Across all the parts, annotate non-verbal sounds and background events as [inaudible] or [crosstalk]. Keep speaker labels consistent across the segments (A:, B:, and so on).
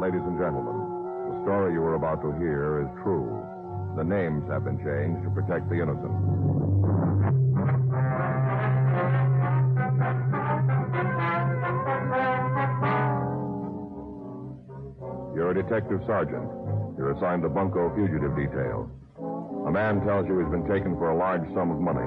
A: Ladies and gentlemen, the story you are about to hear is true. The names have been changed to protect the innocent. You're a detective sergeant. You're assigned to Bunko Fugitive Detail. A man tells you he's been taken for a large sum of money.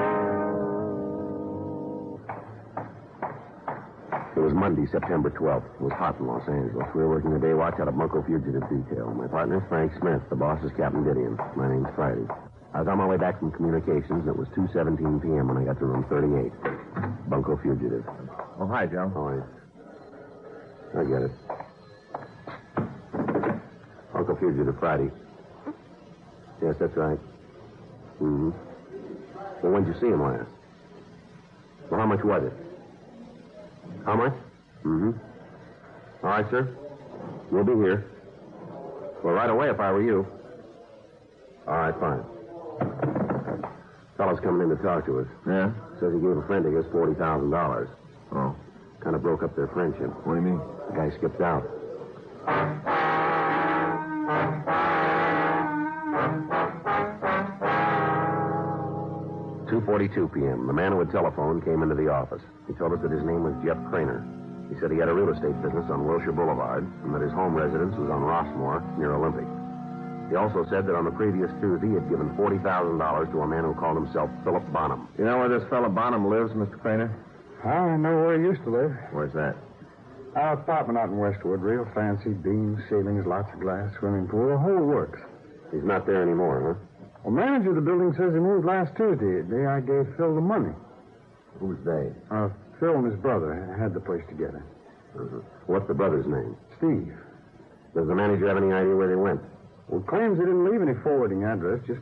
B: It was Monday, September 12th. It was hot in Los Angeles. We were working the day watch out of Bunko Fugitive Detail. My partner's Frank Smith. The boss is Captain Didion. My name's Friday. I was on my way back from communications. It was 2.17 p.m. when I got to room 38. Bunko Fugitive.
C: Oh, hi, Joe.
B: All right. I get it. Bunko Fugitive Friday. Yes, that's right. Mm-hmm. Well, when'd you see him last? Well, how much was it? How much? Mm-hmm. All right, sir. We'll be here. Well, right away if I were you. All right, fine. Fellow's coming in to talk to us.
C: Yeah?
B: Says he gave a friend of his forty thousand dollars.
C: Oh.
B: Kind of broke up their friendship.
C: What do you mean?
B: The guy skipped out. Two forty-two p.m. The man who had telephoned came into the office. He told us that his name was Jeff Craner. He said he had a real estate business on Wilshire Boulevard and that his home residence was on Rossmore near Olympic. He also said that on the previous Tuesday he had given forty thousand dollars to a man who called himself Philip Bonham.
C: You know where this fellow Bonham lives, Mr. Craner?
D: I know where he used to live.
C: Where's that?
D: Our apartment out in Westwood, real fancy, beams, ceilings, lots of glass, swimming pool, the whole works.
B: He's not there anymore, huh?
D: The manager of the building says he moved last Tuesday, the day I gave Phil the money.
B: Who's they?
D: Uh, Phil and his brother had the place together.
B: Uh-huh. What's the brother's name?
D: Steve.
B: Does the manager have any idea where they went?
D: Well, claims he didn't leave any forwarding address, just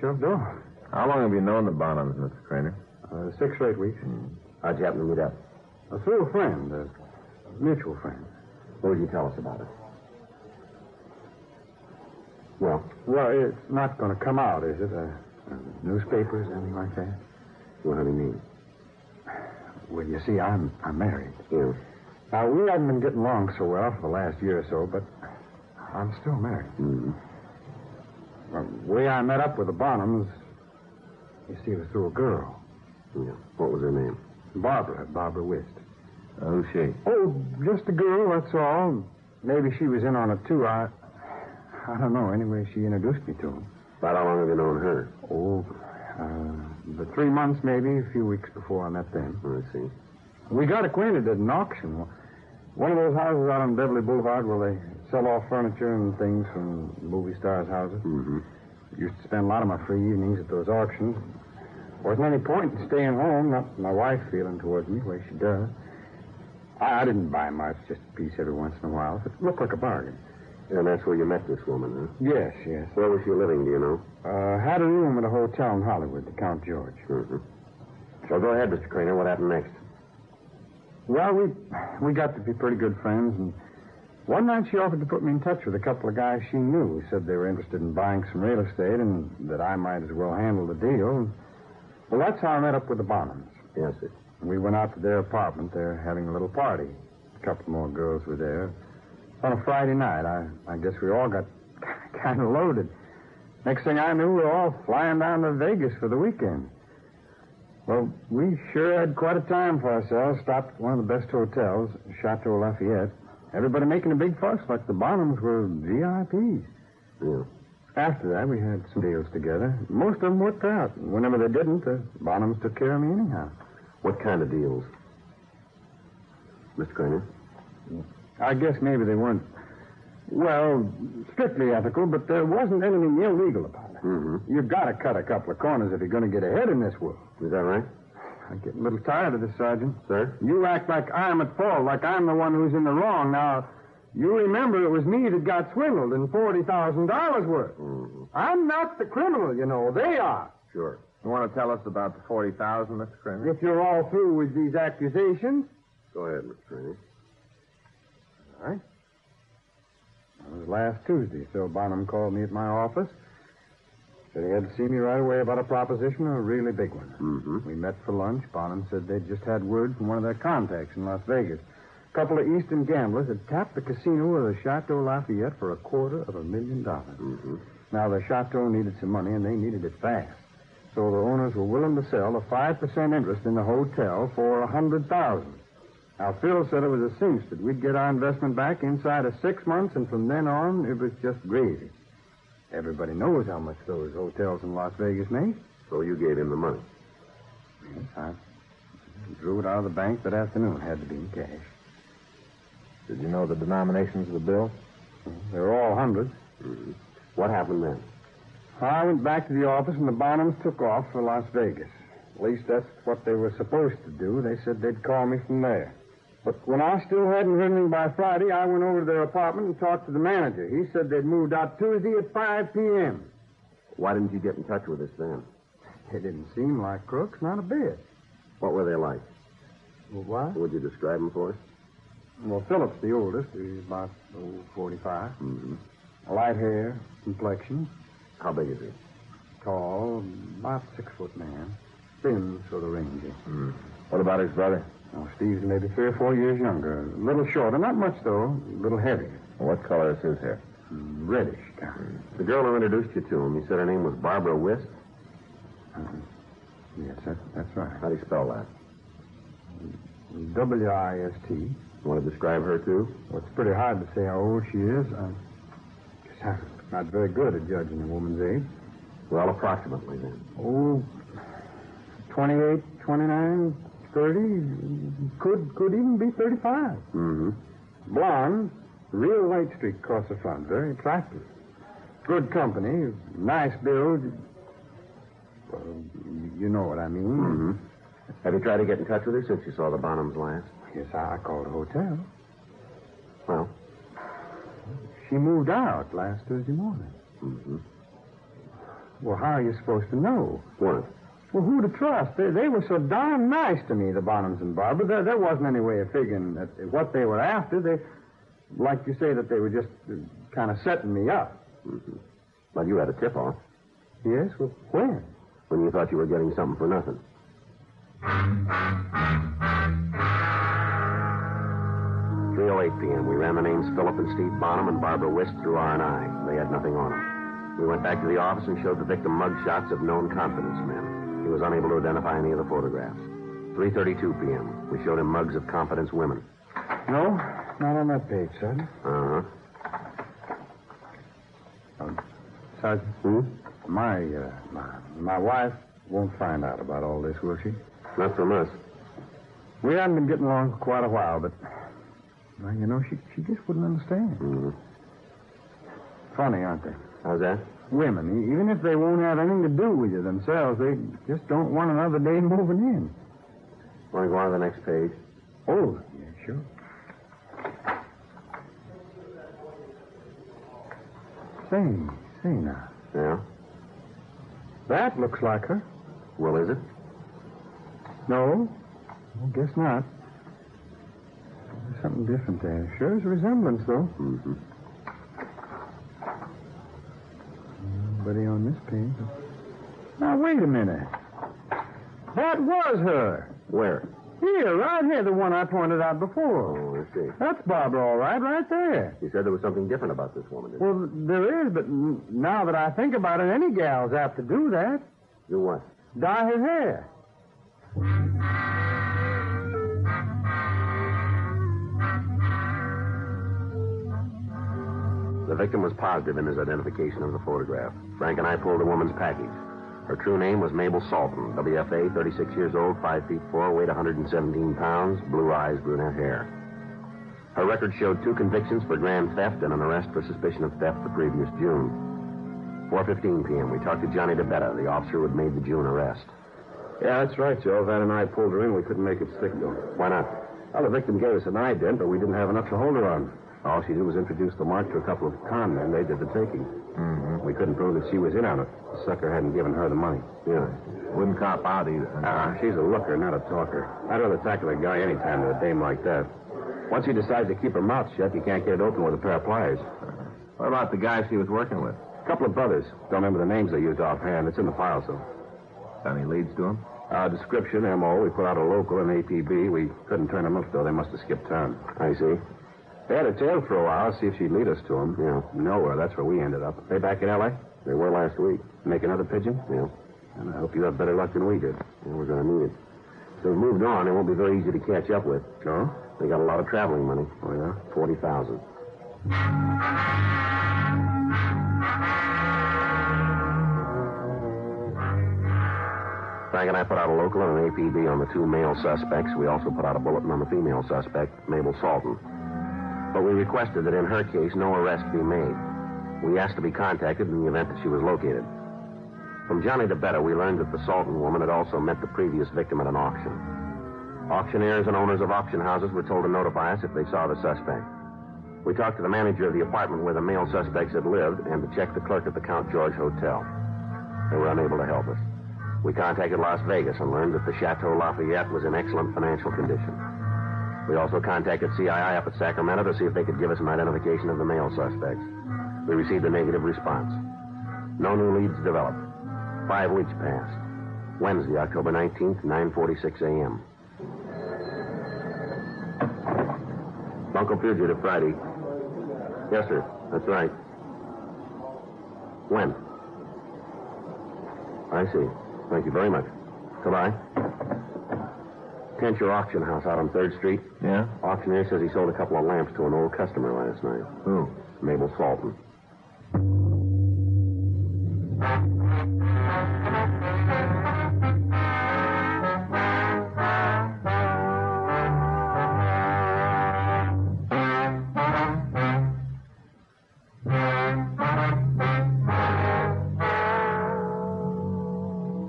D: shoved off.
C: How long have you known the Bonhams, Mr. Craner?
D: Uh, six or eight weeks.
B: Hmm. How'd you happen to meet up?
D: Uh, through a friend, a mutual friend.
B: What would you tell us about it? Well,
D: Well, it's not going to come out, is it? Uh, uh, newspapers, anything like that?
B: what do you mean?
D: Well, you see, I'm, I'm married.
B: Yeah.
D: Now, we haven't been getting along so well for the last year or so, but I'm still married.
B: Mm-hmm.
D: Well, the way I met up with the Bonhams, you see, it was through a girl,
B: Yeah. What was her name?
D: Barbara, Barbara Wist.
C: who's she?
D: Oh, just a girl, that's all. Maybe she was in on it, too. I, I don't know. Anyway, she introduced me to him.
B: About how long have you known her?
D: Oh, uh, the three months, maybe, a few weeks before I met them.
B: Oh, I see.
D: We got acquainted at an auction. One of those houses out on Beverly Boulevard where they sell off furniture and things from movie stars' houses.
B: Mm-hmm.
D: Used to spend a lot of my free evenings at those auctions. Wasn't any point in staying home, not my wife feeling towards me the way she does. I, I didn't buy much, just a piece every once in a while. It looked like a bargain.
B: And that's where you met this woman, huh?
D: Yes, yes.
B: Where was she living, do you know?
D: Uh, had a room at a hotel in Hollywood, the Count George.
B: Mm-hmm. So go ahead, Mr. Craner. What happened next?
D: Well, we we got to be pretty good friends, and one night she offered to put me in touch with a couple of guys she knew. Said they were interested in buying some real estate, and that I might as well handle the deal. Well, that's how I met up with the Bonhams.
B: Yes, sir.
D: We went out to their apartment. They're having a little party. A couple more girls were there. On a Friday night, I, I guess we all got [laughs] kind of loaded. Next thing I knew, we were all flying down to Vegas for the weekend. Well, we sure had quite a time for ourselves. Stopped at one of the best hotels, Chateau Lafayette. Everybody making a big fuss like the Bonhams were VIPs.
B: Yeah.
D: After that, we had some deals together. Most of them worked out. Whenever they didn't, the Bonhams took care of me anyhow.
B: What kind of deals? Mr. Craner?
D: I guess maybe they weren't, well, strictly ethical, but there wasn't anything illegal about it. Mm-hmm. You've got to cut a couple of corners if you're going to get ahead in this world.
B: Is that right?
D: I'm getting a little tired of this, Sergeant.
B: Sir?
D: You act like I'm at fault, like I'm the one who's in the wrong. Now, you remember it was me that got swindled in $40,000 worth. I'm not the criminal, you know. They are.
C: Sure. You want to tell us about the 40000 Mr. Craner?
D: If you're all through with these accusations.
B: Go ahead, Mr. Craner.
D: All right. It was last Tuesday. Phil Bonham called me at my office. Said he had to see me right away about a proposition, a really big one. Mm-hmm. We met for lunch. Bonham said they'd just had word from one of their contacts in Las Vegas. A couple of Eastern gamblers had tapped the casino of the Chateau Lafayette for a quarter of a million dollars. Now, the Chateau needed some money, and they needed it fast. So the owners were willing to sell a 5% interest in the hotel for a 100000 now, Phil said it was a cinch that we'd get our investment back inside of six months, and from then on, it was just gravy. Everybody knows how much those hotels in Las Vegas make.
B: So you gave him the money.
D: I drew it out of the bank that afternoon. Had to be in cash.
C: Did you know the denominations of the bill?
D: They were all hundreds.
B: What happened then?
D: I went back to the office, and the Bonhams took off for Las Vegas. At least that's what they were supposed to do. They said they'd call me from there. But when I still hadn't heard anything by Friday, I went over to their apartment and talked to the manager. He said they'd moved out Tuesday at 5 p.m.
B: Why didn't you get in touch with us then?
D: They didn't seem like crooks, not a bit.
B: What were they like?
D: Well, why?
B: Would you describe them for us?
D: Well, Phillips, the oldest, he's about oh, 45. Light hair, complexion,
B: How big is he?
D: tall, about six foot man, thin sort of rangy.
C: What about his brother?
D: Oh, Steve's maybe three or four years younger. A little shorter, not much though. A little heavier.
C: What color is his hair?
D: Reddish kind.
B: The girl who introduced you to him, you said her name was Barbara Wist?
D: Yes, that, that's right.
B: How do you spell that?
D: W I S T.
B: Want to describe her, too?
D: Well, it's pretty hard to say how old she is. I guess I'm not very good at judging a woman's age.
B: Well, approximately then.
D: Oh, 28, 29, 30, could, could even be 35.
B: Mm-hmm.
D: Blonde, real light streak across the front, very attractive. Good company, nice build. Well, you- you know what I mean.
B: Have you tried to get in touch with her since you saw the Bonhams last?
D: Yes, I I called a hotel.
B: Well,
D: She moved out last Tuesday morning. Well, how are you supposed to know?
B: what?
D: Well, who to trust? They, they were so darn nice to me, the Bonhams and Barbara. There, there wasn't any way of figuring that what they were after. They, like you say, that they were just kind of setting me up.
B: Well, you had a tip-off
D: Yes, well, when?
B: when you thought you were getting something for nothing. Three oh eight p.m. We ran the names Philip and Steve Bonham and Barbara Wist through R and I. They had nothing on them. We went back to the office and showed the victim mug shots of known confidence men. He was unable to identify any of the photographs. Three thirty-two p.m. We showed him mugs of confidence women.
D: No, not on that page, Sergeant.
B: Uh huh.
D: Sergeant,
B: Hmm?
D: my, uh, my, my wife won't find out about all this, will she?
B: Not from us.
D: We haven't been getting along for quite a while, but, well, you know, she, she just wouldn't understand. Funny, aren't they?
B: How's that?
D: Women, e- even if they won't have anything to do with you themselves, they just don't want another day moving in.
B: Want to go on to the next page?
D: Oh, yeah, sure. Say, say now,
B: Yeah.
D: that looks like her.
B: Well, is it?
D: No, I guess not. There's something different there. Sure is a resemblance, though.
B: Mm-hmm.
D: Nobody on this page. Now, wait a minute. That was her.
B: Where?
D: Here, right here, the one I pointed out before.
B: Oh, I see.
D: That's Barbara, all right, right there.
B: You said there was something different about this woman. Didn't you?
D: Well, there is, but n- now that I think about it, any gal's apt to do that.
B: Do what?
D: Dye her hair.
B: The victim was positive in his identification of the photograph. Frank and I pulled the woman's package. Her true name was Mabel Salton, WFA, 36 years old, 5 feet 4, weight 117 pounds, blue eyes, brunette hair. Her record showed two convictions for grand theft and an arrest for suspicion of theft the previous June. 4.15 p.m., we talked to Johnny DeBetta, the officer who had made the June arrest.
C: Yeah, that's right, Joe. Van and I pulled her in. We couldn't make it stick, though.
B: Why not?
C: Well, the victim gave us an ident, but we didn't have enough to hold her on. All she did was introduce the mark to a couple of con men. They did the taking. We couldn't prove that she was in on it. The sucker hadn't given her the money.
B: Yeah.
C: Wouldn't cop out either. Uh, she's a looker, not a talker. I'd rather tackle a guy any time with a dame like that. Once he decides to keep her mouth shut, you can't get it open with a pair of pliers.
B: What about the guy she was working with?
C: A couple of brothers. Don't remember the names they used offhand. It's in the file, so.
B: Any leads to him?
C: Uh, description, MO. We put out a local and APB. We couldn't turn them up, though. They must have skipped town.
B: I see.
C: They had a tail for a while, see if she'd lead us to him. Yeah. Nowhere. That's where we ended up. They back in L.A.?
B: They were last week.
C: Make another pigeon?
B: Yeah.
C: And I hope you have better luck than we did.
B: yeah we're going to need it. If they've moved on, it won't be very easy to catch up with.
C: No?
B: They got a lot of traveling money.
C: Oh, yeah?
B: 40000 Frank and I put out a local and an APB on the two male suspects. We also put out a bulletin on the female suspect, Mabel Salton. But we requested that in her case, no arrest be made. We asked to be contacted in the event that she was located. From Johnny DeBetta, we learned that the Salton woman had also met the previous victim at an auction. Auctioneers and owners of auction houses were told to notify us if they saw the suspect. We talked to the manager of the apartment where the male suspects had lived and to check the clerk at the Count George Hotel. They were unable to help us. We contacted Las Vegas and learned that the Chateau Lafayette was in excellent financial condition. We also contacted CII up at Sacramento to see if they could give us an identification of the male suspects. We received a negative response. No new leads developed. Five weeks passed. Wednesday, October 19th, 9.46 a.m. Bunko Fugitive, Friday. Yes, sir. That's right. When? I see. Thank you very much. Goodbye. Kent, your auction house out on 3rd Street.
C: Yeah?
B: Auctioneer says he sold a couple of lamps to an old customer last night.
C: Who?
B: Mabel Salton.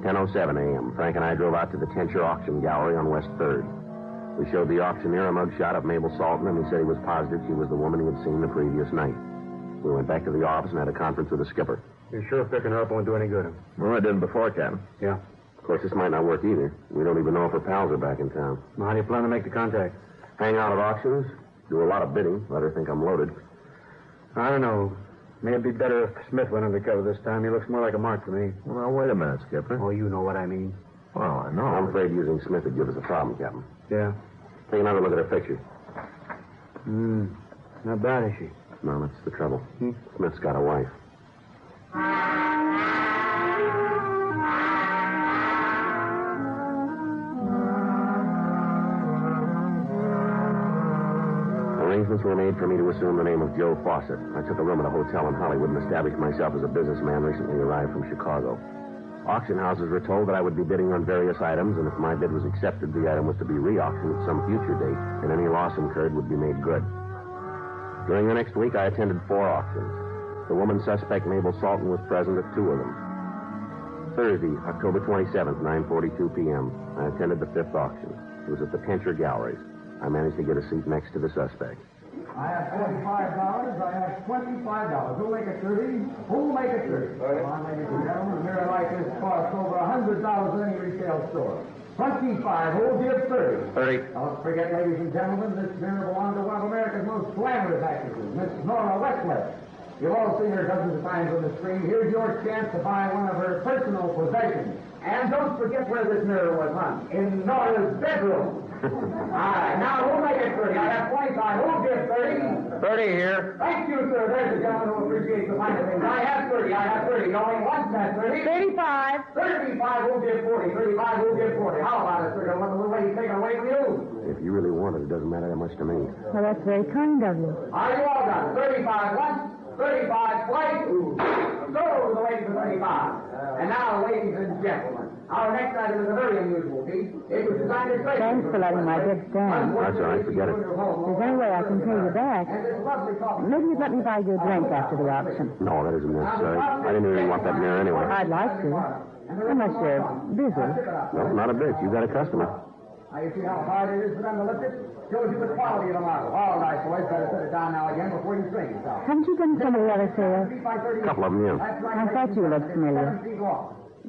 B: Ten oh seven a.m. Frank and I drove out to the Tensure Auction Gallery on West Third. We showed the auctioneer a mugshot of Mabel Salton, and he said he was positive she was the woman he had seen the previous night. We went back to the office and had a conference with the skipper.
D: You're sure picking her up won't do any good.
C: Well, I did before, Captain.
D: Yeah.
B: Of course, this might not work either. We don't even know if her pals are back in town.
D: Well, how do you plan to make the contact?
B: Hang out at auctions, do a lot of bidding, let her think I'm loaded.
D: I don't know. May it be better if Smith went undercover this time. He looks more like a mark to me.
C: Well, now, wait a minute, Skipper.
D: Oh, you know what I mean.
C: Well, I know.
B: I'm afraid using Smith would give us a problem, Captain.
D: Yeah.
B: Take another look at her picture.
D: Hmm. Not bad, is she?
B: No, that's the trouble. Hmm? Smith's got a wife. Arrangements were made for me to assume the name of Joe Fawcett. I took a room at a hotel in Hollywood and established myself as a businessman recently arrived from Chicago. Auction houses were told that I would be bidding on various items, and if my bid was accepted, the item was to be re-auctioned at some future date, and any loss incurred would be made good. During the next week, I attended four auctions. The woman suspect, Mabel Salton, was present at two of them. Thursday, October 27th, 9.42 p.m., I attended the fifth auction. It was at the Pincher Galleries. I managed to get a seat next to the suspect.
E: I have forty-five dollars, I have twenty-five dollars. Who'll make it thirty? Who'll make it thirty? Well, ladies and gentlemen, a mirror like this costs over a hundred dollars in any retail store. Twenty-five, who'll give thirty?
B: 30.
E: Don't forget, ladies and gentlemen, this mirror belongs to one of America's most glamorous actresses, Miss Nora Westlake. You've all seen her dozens of times on the screen. Here's your chance to buy one of her personal possessions. And don't forget where this mirror was hung. In Nora's bedroom. All right, now who'll make it 30? I have 25. Who'll give 30?
C: 30 here.
E: Thank you, sir. There's a gentleman who appreciates the mind of things. I have 30. I have 30. Going once, that's 30.
F: 35.
E: 35 will give 40. 35 will give 40. How about it, sir? One little lady taking away from you.
B: If you really want it, it doesn't matter that much to me.
F: Well, that's very kind of you.
E: Are you all done? 35 once, 35 twice. So to the lady for 35. And now, ladies and gentlemen, our next item is a very unusual piece. It was designed as
F: Thanks for letting my bid stand.
B: That's all right, forget it.
F: There's no way I can pay you back.
E: And this lovely Uh, coffee.
F: Maybe you'd let me buy you a drink after the auction.
B: No, that isn't necessary. I didn't really want that mirror anyway.
F: I'd like to. Unless you're busy.
B: No, not a bit. You got a customer.
E: Now, you see how hard it is for them to lift it? Shows you the quality of the model. All right, boys, better set it down now again before you strain yourself.
F: Haven't you been to some of the other sales?
B: Couple of 'em, yeah.
F: I thought you looked familiar.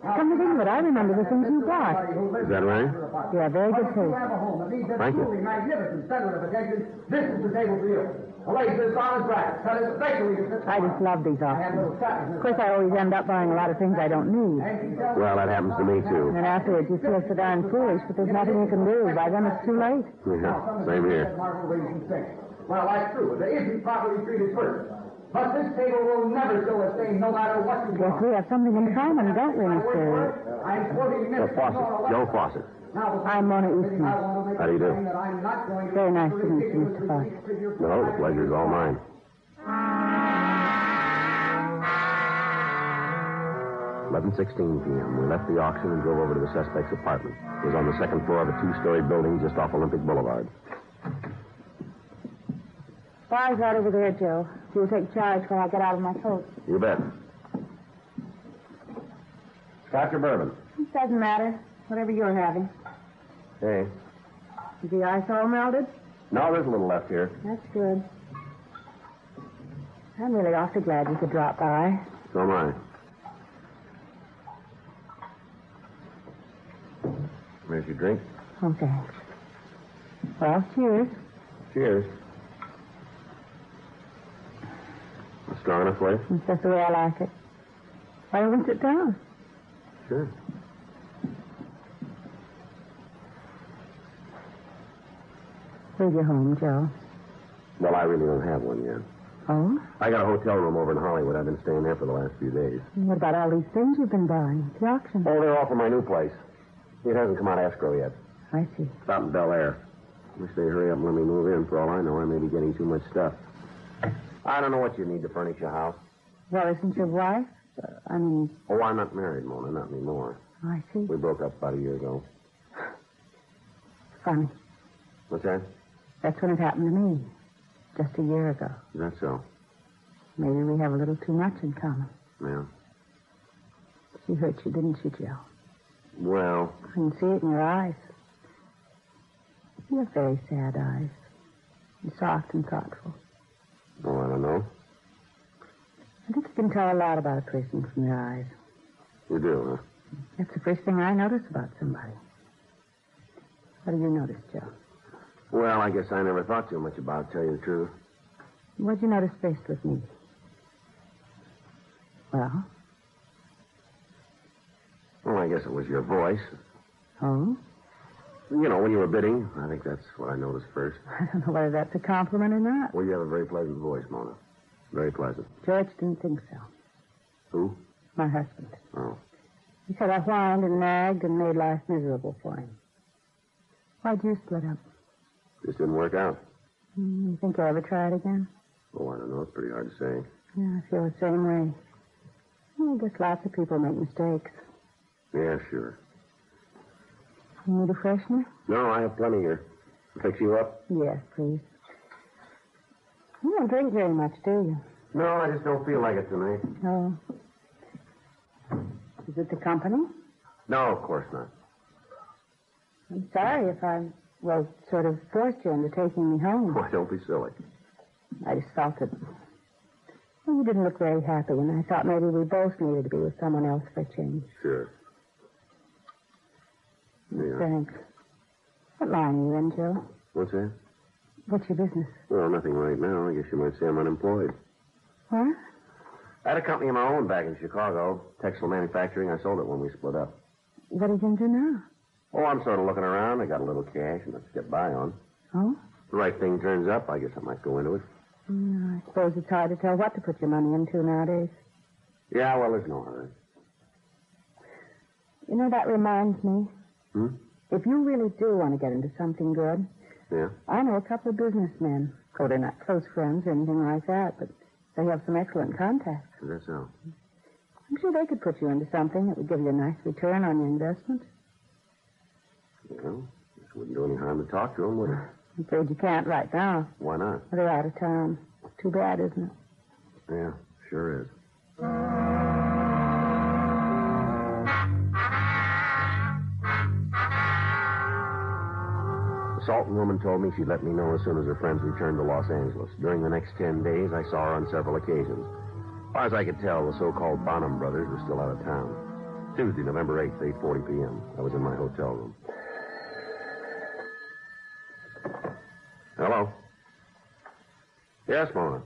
F: Come to think of it, I remember the things you bought.
B: Is that right?
F: You're very good taste.
B: Thank you.
E: Magnificent center of attention. This is the table for you. A lace that's on his back. Cut it especially.
F: I just love these
E: And
F: auctions.
E: little satin.
F: Of course, I always end up buying a lot of things I don't need.
B: Well, that happens to me,
F: And
B: too.
F: then afterwards, you feel so darn foolish, but there's nothing you can do. By then, it's too late.
B: Yeah, same here.
E: Well, that's true. It isn't properly treated first. But this table will never show a stain, no matter what you
F: Yes,
E: want.
F: we have something in common, don't we, Mr. Earle?
E: I'm quoting
B: Joe
E: Mr.
B: Fawcett. Joe Fawcett.
F: I'm Mona Eastman.
B: How do you do?
F: Very nice to meet you, Mr. Fox.
B: No, Oh, the pleasure's all mine. Eleven sixteen p.m. We left the auction and drove over to the suspect's apartment. It was on the second floor of a two-story building just off Olympic Boulevard.
F: Bar's out over there, Joe. You'll take charge while I get out of my coat.
B: You bet.
C: Scotch or bourbon?
F: It doesn't matter. Whatever you're having.
C: Hey.
F: Is the ice all melted?
C: No, there's a little left here.
F: That's good. I'm really awfully glad you could drop by.
B: So am I. There's your drink.
F: Oh, thanks. Well, cheers.
B: Cheers. Strong enough for you?
F: That's just the way I like it. Why don't we sit down?
B: Sure.
F: Will you home, Joe?
B: Well, I really don't have one yet.
F: Oh?
B: I got a hotel room over in Hollywood. I've been staying there for the last few days.
F: What about all these things you've been buying? The auction.
B: Oh, they're all for my new place. It hasn't come out of escrow yet.
F: I see.
B: It's out in Bel Air. Wish they hurry up and let me move in. For all I know, I may be getting too much stuff. I don't know what you need to furnish your house.
F: Well, isn't your wife? Uh, I mean,
B: Oh, I'm not married, Mona, not anymore.
F: I see.
B: We broke up about a year ago.
F: Funny.
B: What's that?
F: That's when it happened to me. Just a year ago.
B: Is that so?
F: Maybe we have a little too much in common.
B: Yeah.
F: She hurt you, didn't she, Joe?
B: Well,
F: I can see it in your eyes. You have very sad eyes. You're soft and thoughtful.
B: oh, I don't know.
F: I think you can tell a lot about a person from their eyes.
B: You do, huh?
F: That's the first thing I notice about somebody. What do you notice, Joe?
B: Well, I guess I never thought too much about it, tell you the truth.
F: What'd you notice first with me? Well,
B: Well, I guess it was your voice.
F: oh,
B: You know, when you were bidding, I think that's what I noticed first.
F: [laughs] I don't know whether that's a compliment or not.
B: Well, you have a very pleasant voice, Mona. Very pleasant. Hmm?
F: George didn't think so.
B: Who?
F: My husband.
B: Oh.
F: He said I whined and nagged and made life miserable for him. Why'd you split up?
B: Just didn't work out.
F: Hmm, You think you'll ever try it again?
B: Oh, I don't know. It's pretty hard to say.
F: Yeah, I feel the same way. Well, I guess lots of people make mistakes.
B: Yeah, sure.
F: You need a freshener?
B: No, I have plenty here. Fix you up?
F: Yes, please. You don't drink very much, do you?
B: No, I just don't feel like it tonight.
F: No. Is it the company?
B: No, of course not. [laughs]
F: I'm sorry if I, well, sort of forced you into taking me home.
B: Why, don't be silly.
F: I just felt it. Well, you didn't look very happy, and I thought maybe we both needed to be with someone else for a change.
B: Sure. Yeah.
F: Thanks. What line are you in, Joe?
B: What's that?
F: What's your business?
B: Well, nothing right now. I guess you might say I'm unemployed.
F: Huh?
B: I had a company of my own back in Chicago, textile manufacturing. I sold it when we split up.
F: What are you going to do now?
B: Oh, I'm sort of looking around. I got a little cash and let's get by on.
F: Oh?
B: If the right thing turns up, I guess I might go into it.
F: Mm, I suppose it's hard to tell what to put your money into nowadays.
B: Yeah, well, there's no hurry.
F: You know, that reminds me.
B: Hmm?
F: If you really do want to get into something good,
B: Yeah.
F: I know a couple of businessmen. Oh, they're not close friends or anything like that, but they have some excellent contacts.
B: So that's all.
F: I'm sure they could put you into something that would give you a nice return on your investment.
B: Well, this wouldn't do any harm to talk to him, would it?
F: I'm afraid you can't right now.
B: Why not?
F: They're out of town. Too bad, isn't it?
B: Yeah, sure is. The Salton woman told me she'd let me know as soon as her friends returned to Los Angeles. During the next ten days, I saw her on several occasions. As far as I could tell, the so-called Bonham brothers were still out of town. Tuesday, November 8th, 8.40 p.m. I was in my hotel room. Hello? Yes, Mona.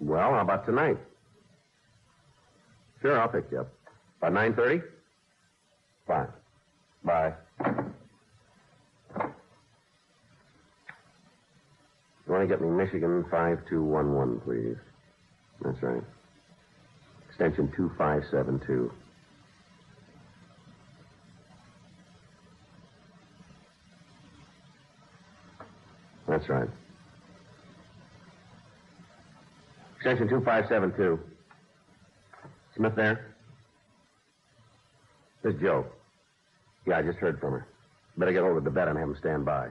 B: Well, how about tonight? Sure, I'll pick you up. By 9.30? Fine. Bye. You want to get me Michigan 5211, please? That's right. Extension 2572. That's right. Extension 2572. Smith there? This is Joe. Yeah, I just heard from her. Better get hold of the bed and have him stand by.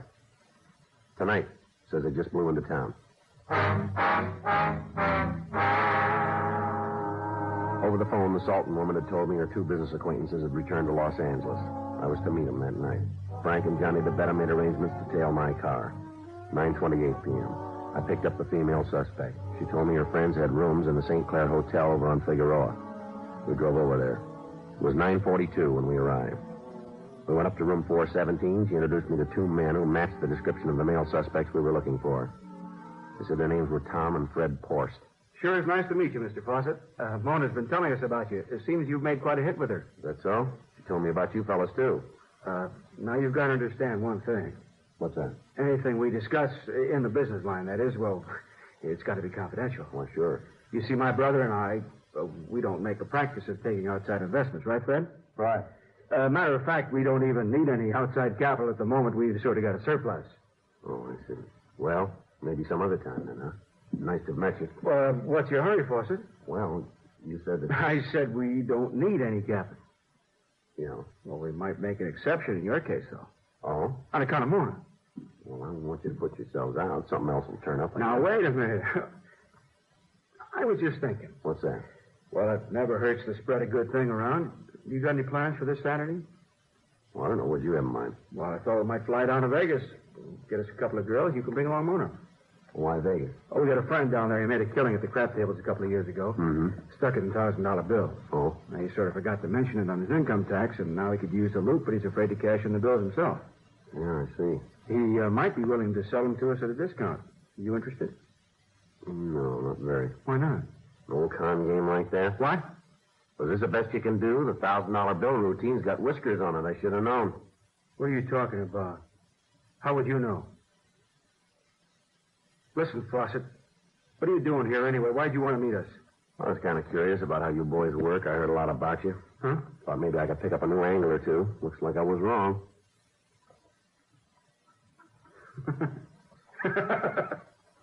B: Tonight. Says they just blew into town. Over the phone, the Salton woman had told me her two business acquaintances had returned to Los Angeles. I was to meet them that night. Frank and Johnny DeBetta made arrangements to tail my car. 9.28 p.m. I picked up the female suspect. She told me her friends had rooms in the St. Clair Hotel over on Figueroa. We drove over there. It was 9.42 when we arrived. We went up to room 417. She introduced me to two men who matched the description of the male suspects we were looking for. They said their names were Tom and Fred Porst.
D: Sure is nice to meet you, Mr. Fawcett. Uh, Mona's been telling us about you. It seems you've made quite a hit with her.
B: That's so? She told me about you fellas, too.
D: Uh, now, you've got to understand one thing.
B: What's that?
D: Anything we discuss in the business line, that is, well, [laughs] it's got to be confidential.
B: Why, sure.
D: You see, my brother and I, uh, we don't make a practice of taking outside investments, right, Fred?
G: Right.
D: Uh, matter of fact, we don't even need any outside capital at the moment. We've sort of got a surplus.
B: Oh, I see. Well, maybe some other time then, huh? Nice to have met you.
D: Well, what's your hurry, Fawcett?
B: Well, you said that,
D: I said we don't need any capital.
B: you know.
D: Well, we might make an exception in your case, though.
B: Oh?
D: On account of Mona.
B: Well, I don't want you to put yourselves out. Something else will turn up. I
D: Now,
B: guess.
D: wait a minute. [laughs] I was just thinking.
B: What's that?
D: Well, it never hurts to spread a good thing around. You got any plans for this Saturday?
B: Well, I don't know. What do you have in mind?
D: Well, I thought we might fly down to Vegas. Get us a couple of girls. You can bring along Mona.
B: Why Vegas?
D: Oh, we got a friend down there. He made a killing at the crap tables a couple of years ago.
B: Mm-hmm.
D: Stuck it in thousand dollar bill.
B: Oh,
D: Now, he sort of forgot to mention it on his income tax, and now he could use the loot, but he's afraid to cash in the bills himself.
B: yeah, I see.
D: He uh, might be willing to sell them to us at a discount. You interested?
B: No, not very.
D: Why not?
B: An old con game like that?
D: What?
B: Was this the best you can do? The thousand dollar bill routine's got whiskers on it. I should have known.
D: What are you talking about? How would you know? Listen, Fawcett, what are you doing here anyway? Why'd you want to meet us?
B: I was kind of curious about how you boys work. I heard a lot about you.
D: Huh?
B: Thought maybe I could pick up a new angle or two. Looks like I was wrong.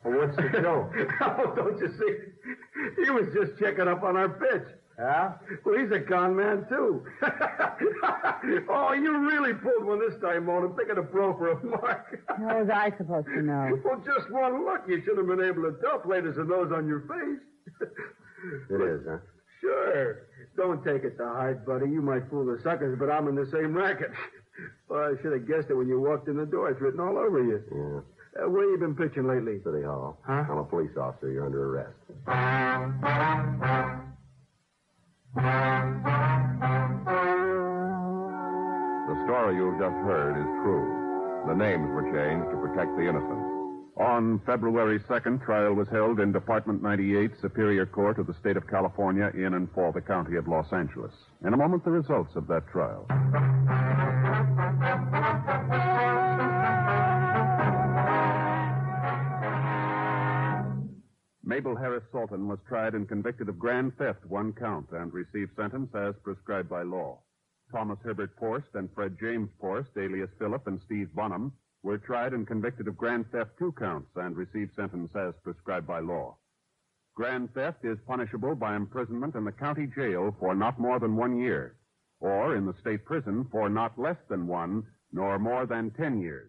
B: What's the joke?
D: [laughs] oh, don't you see? He was just checking up on our pitch.
G: Yeah?
D: Well, he's a con man, too. [laughs] oh, you really pulled one this time, Mona, picking a pro for a mark.
F: How was I supposed to know?
D: [laughs] well, just one look. You should have been able to tell players and those on your face.
B: It is, huh?
D: Sure. Don't take it to heart, buddy. You might fool the suckers, but I'm in the same racket. [laughs] well, I should have guessed it when you walked in the door. It's written all over you.
B: Yeah.
D: Uh, where you been pitching lately?
B: City Hall.
D: Huh?
B: I'm a police officer. You're under arrest.
H: The story you've just heard is true. The names were changed to protect the innocent. On February 2nd, trial was held in Department 98, Superior Court of the State of California, in and for the County of Los Angeles. In a moment, the results of that trial. Mabel Harris Salton was tried and convicted of grand theft, one count, and received sentence as prescribed by law. Thomas Herbert Forst and Fred James Forst, alias Philip and Steve Bonham, were tried and convicted of grand theft, two counts, and received sentence as prescribed by law. Grand theft is punishable by imprisonment in the county jail for not more than one year, or in the state prison for not less than one, nor more than ten years.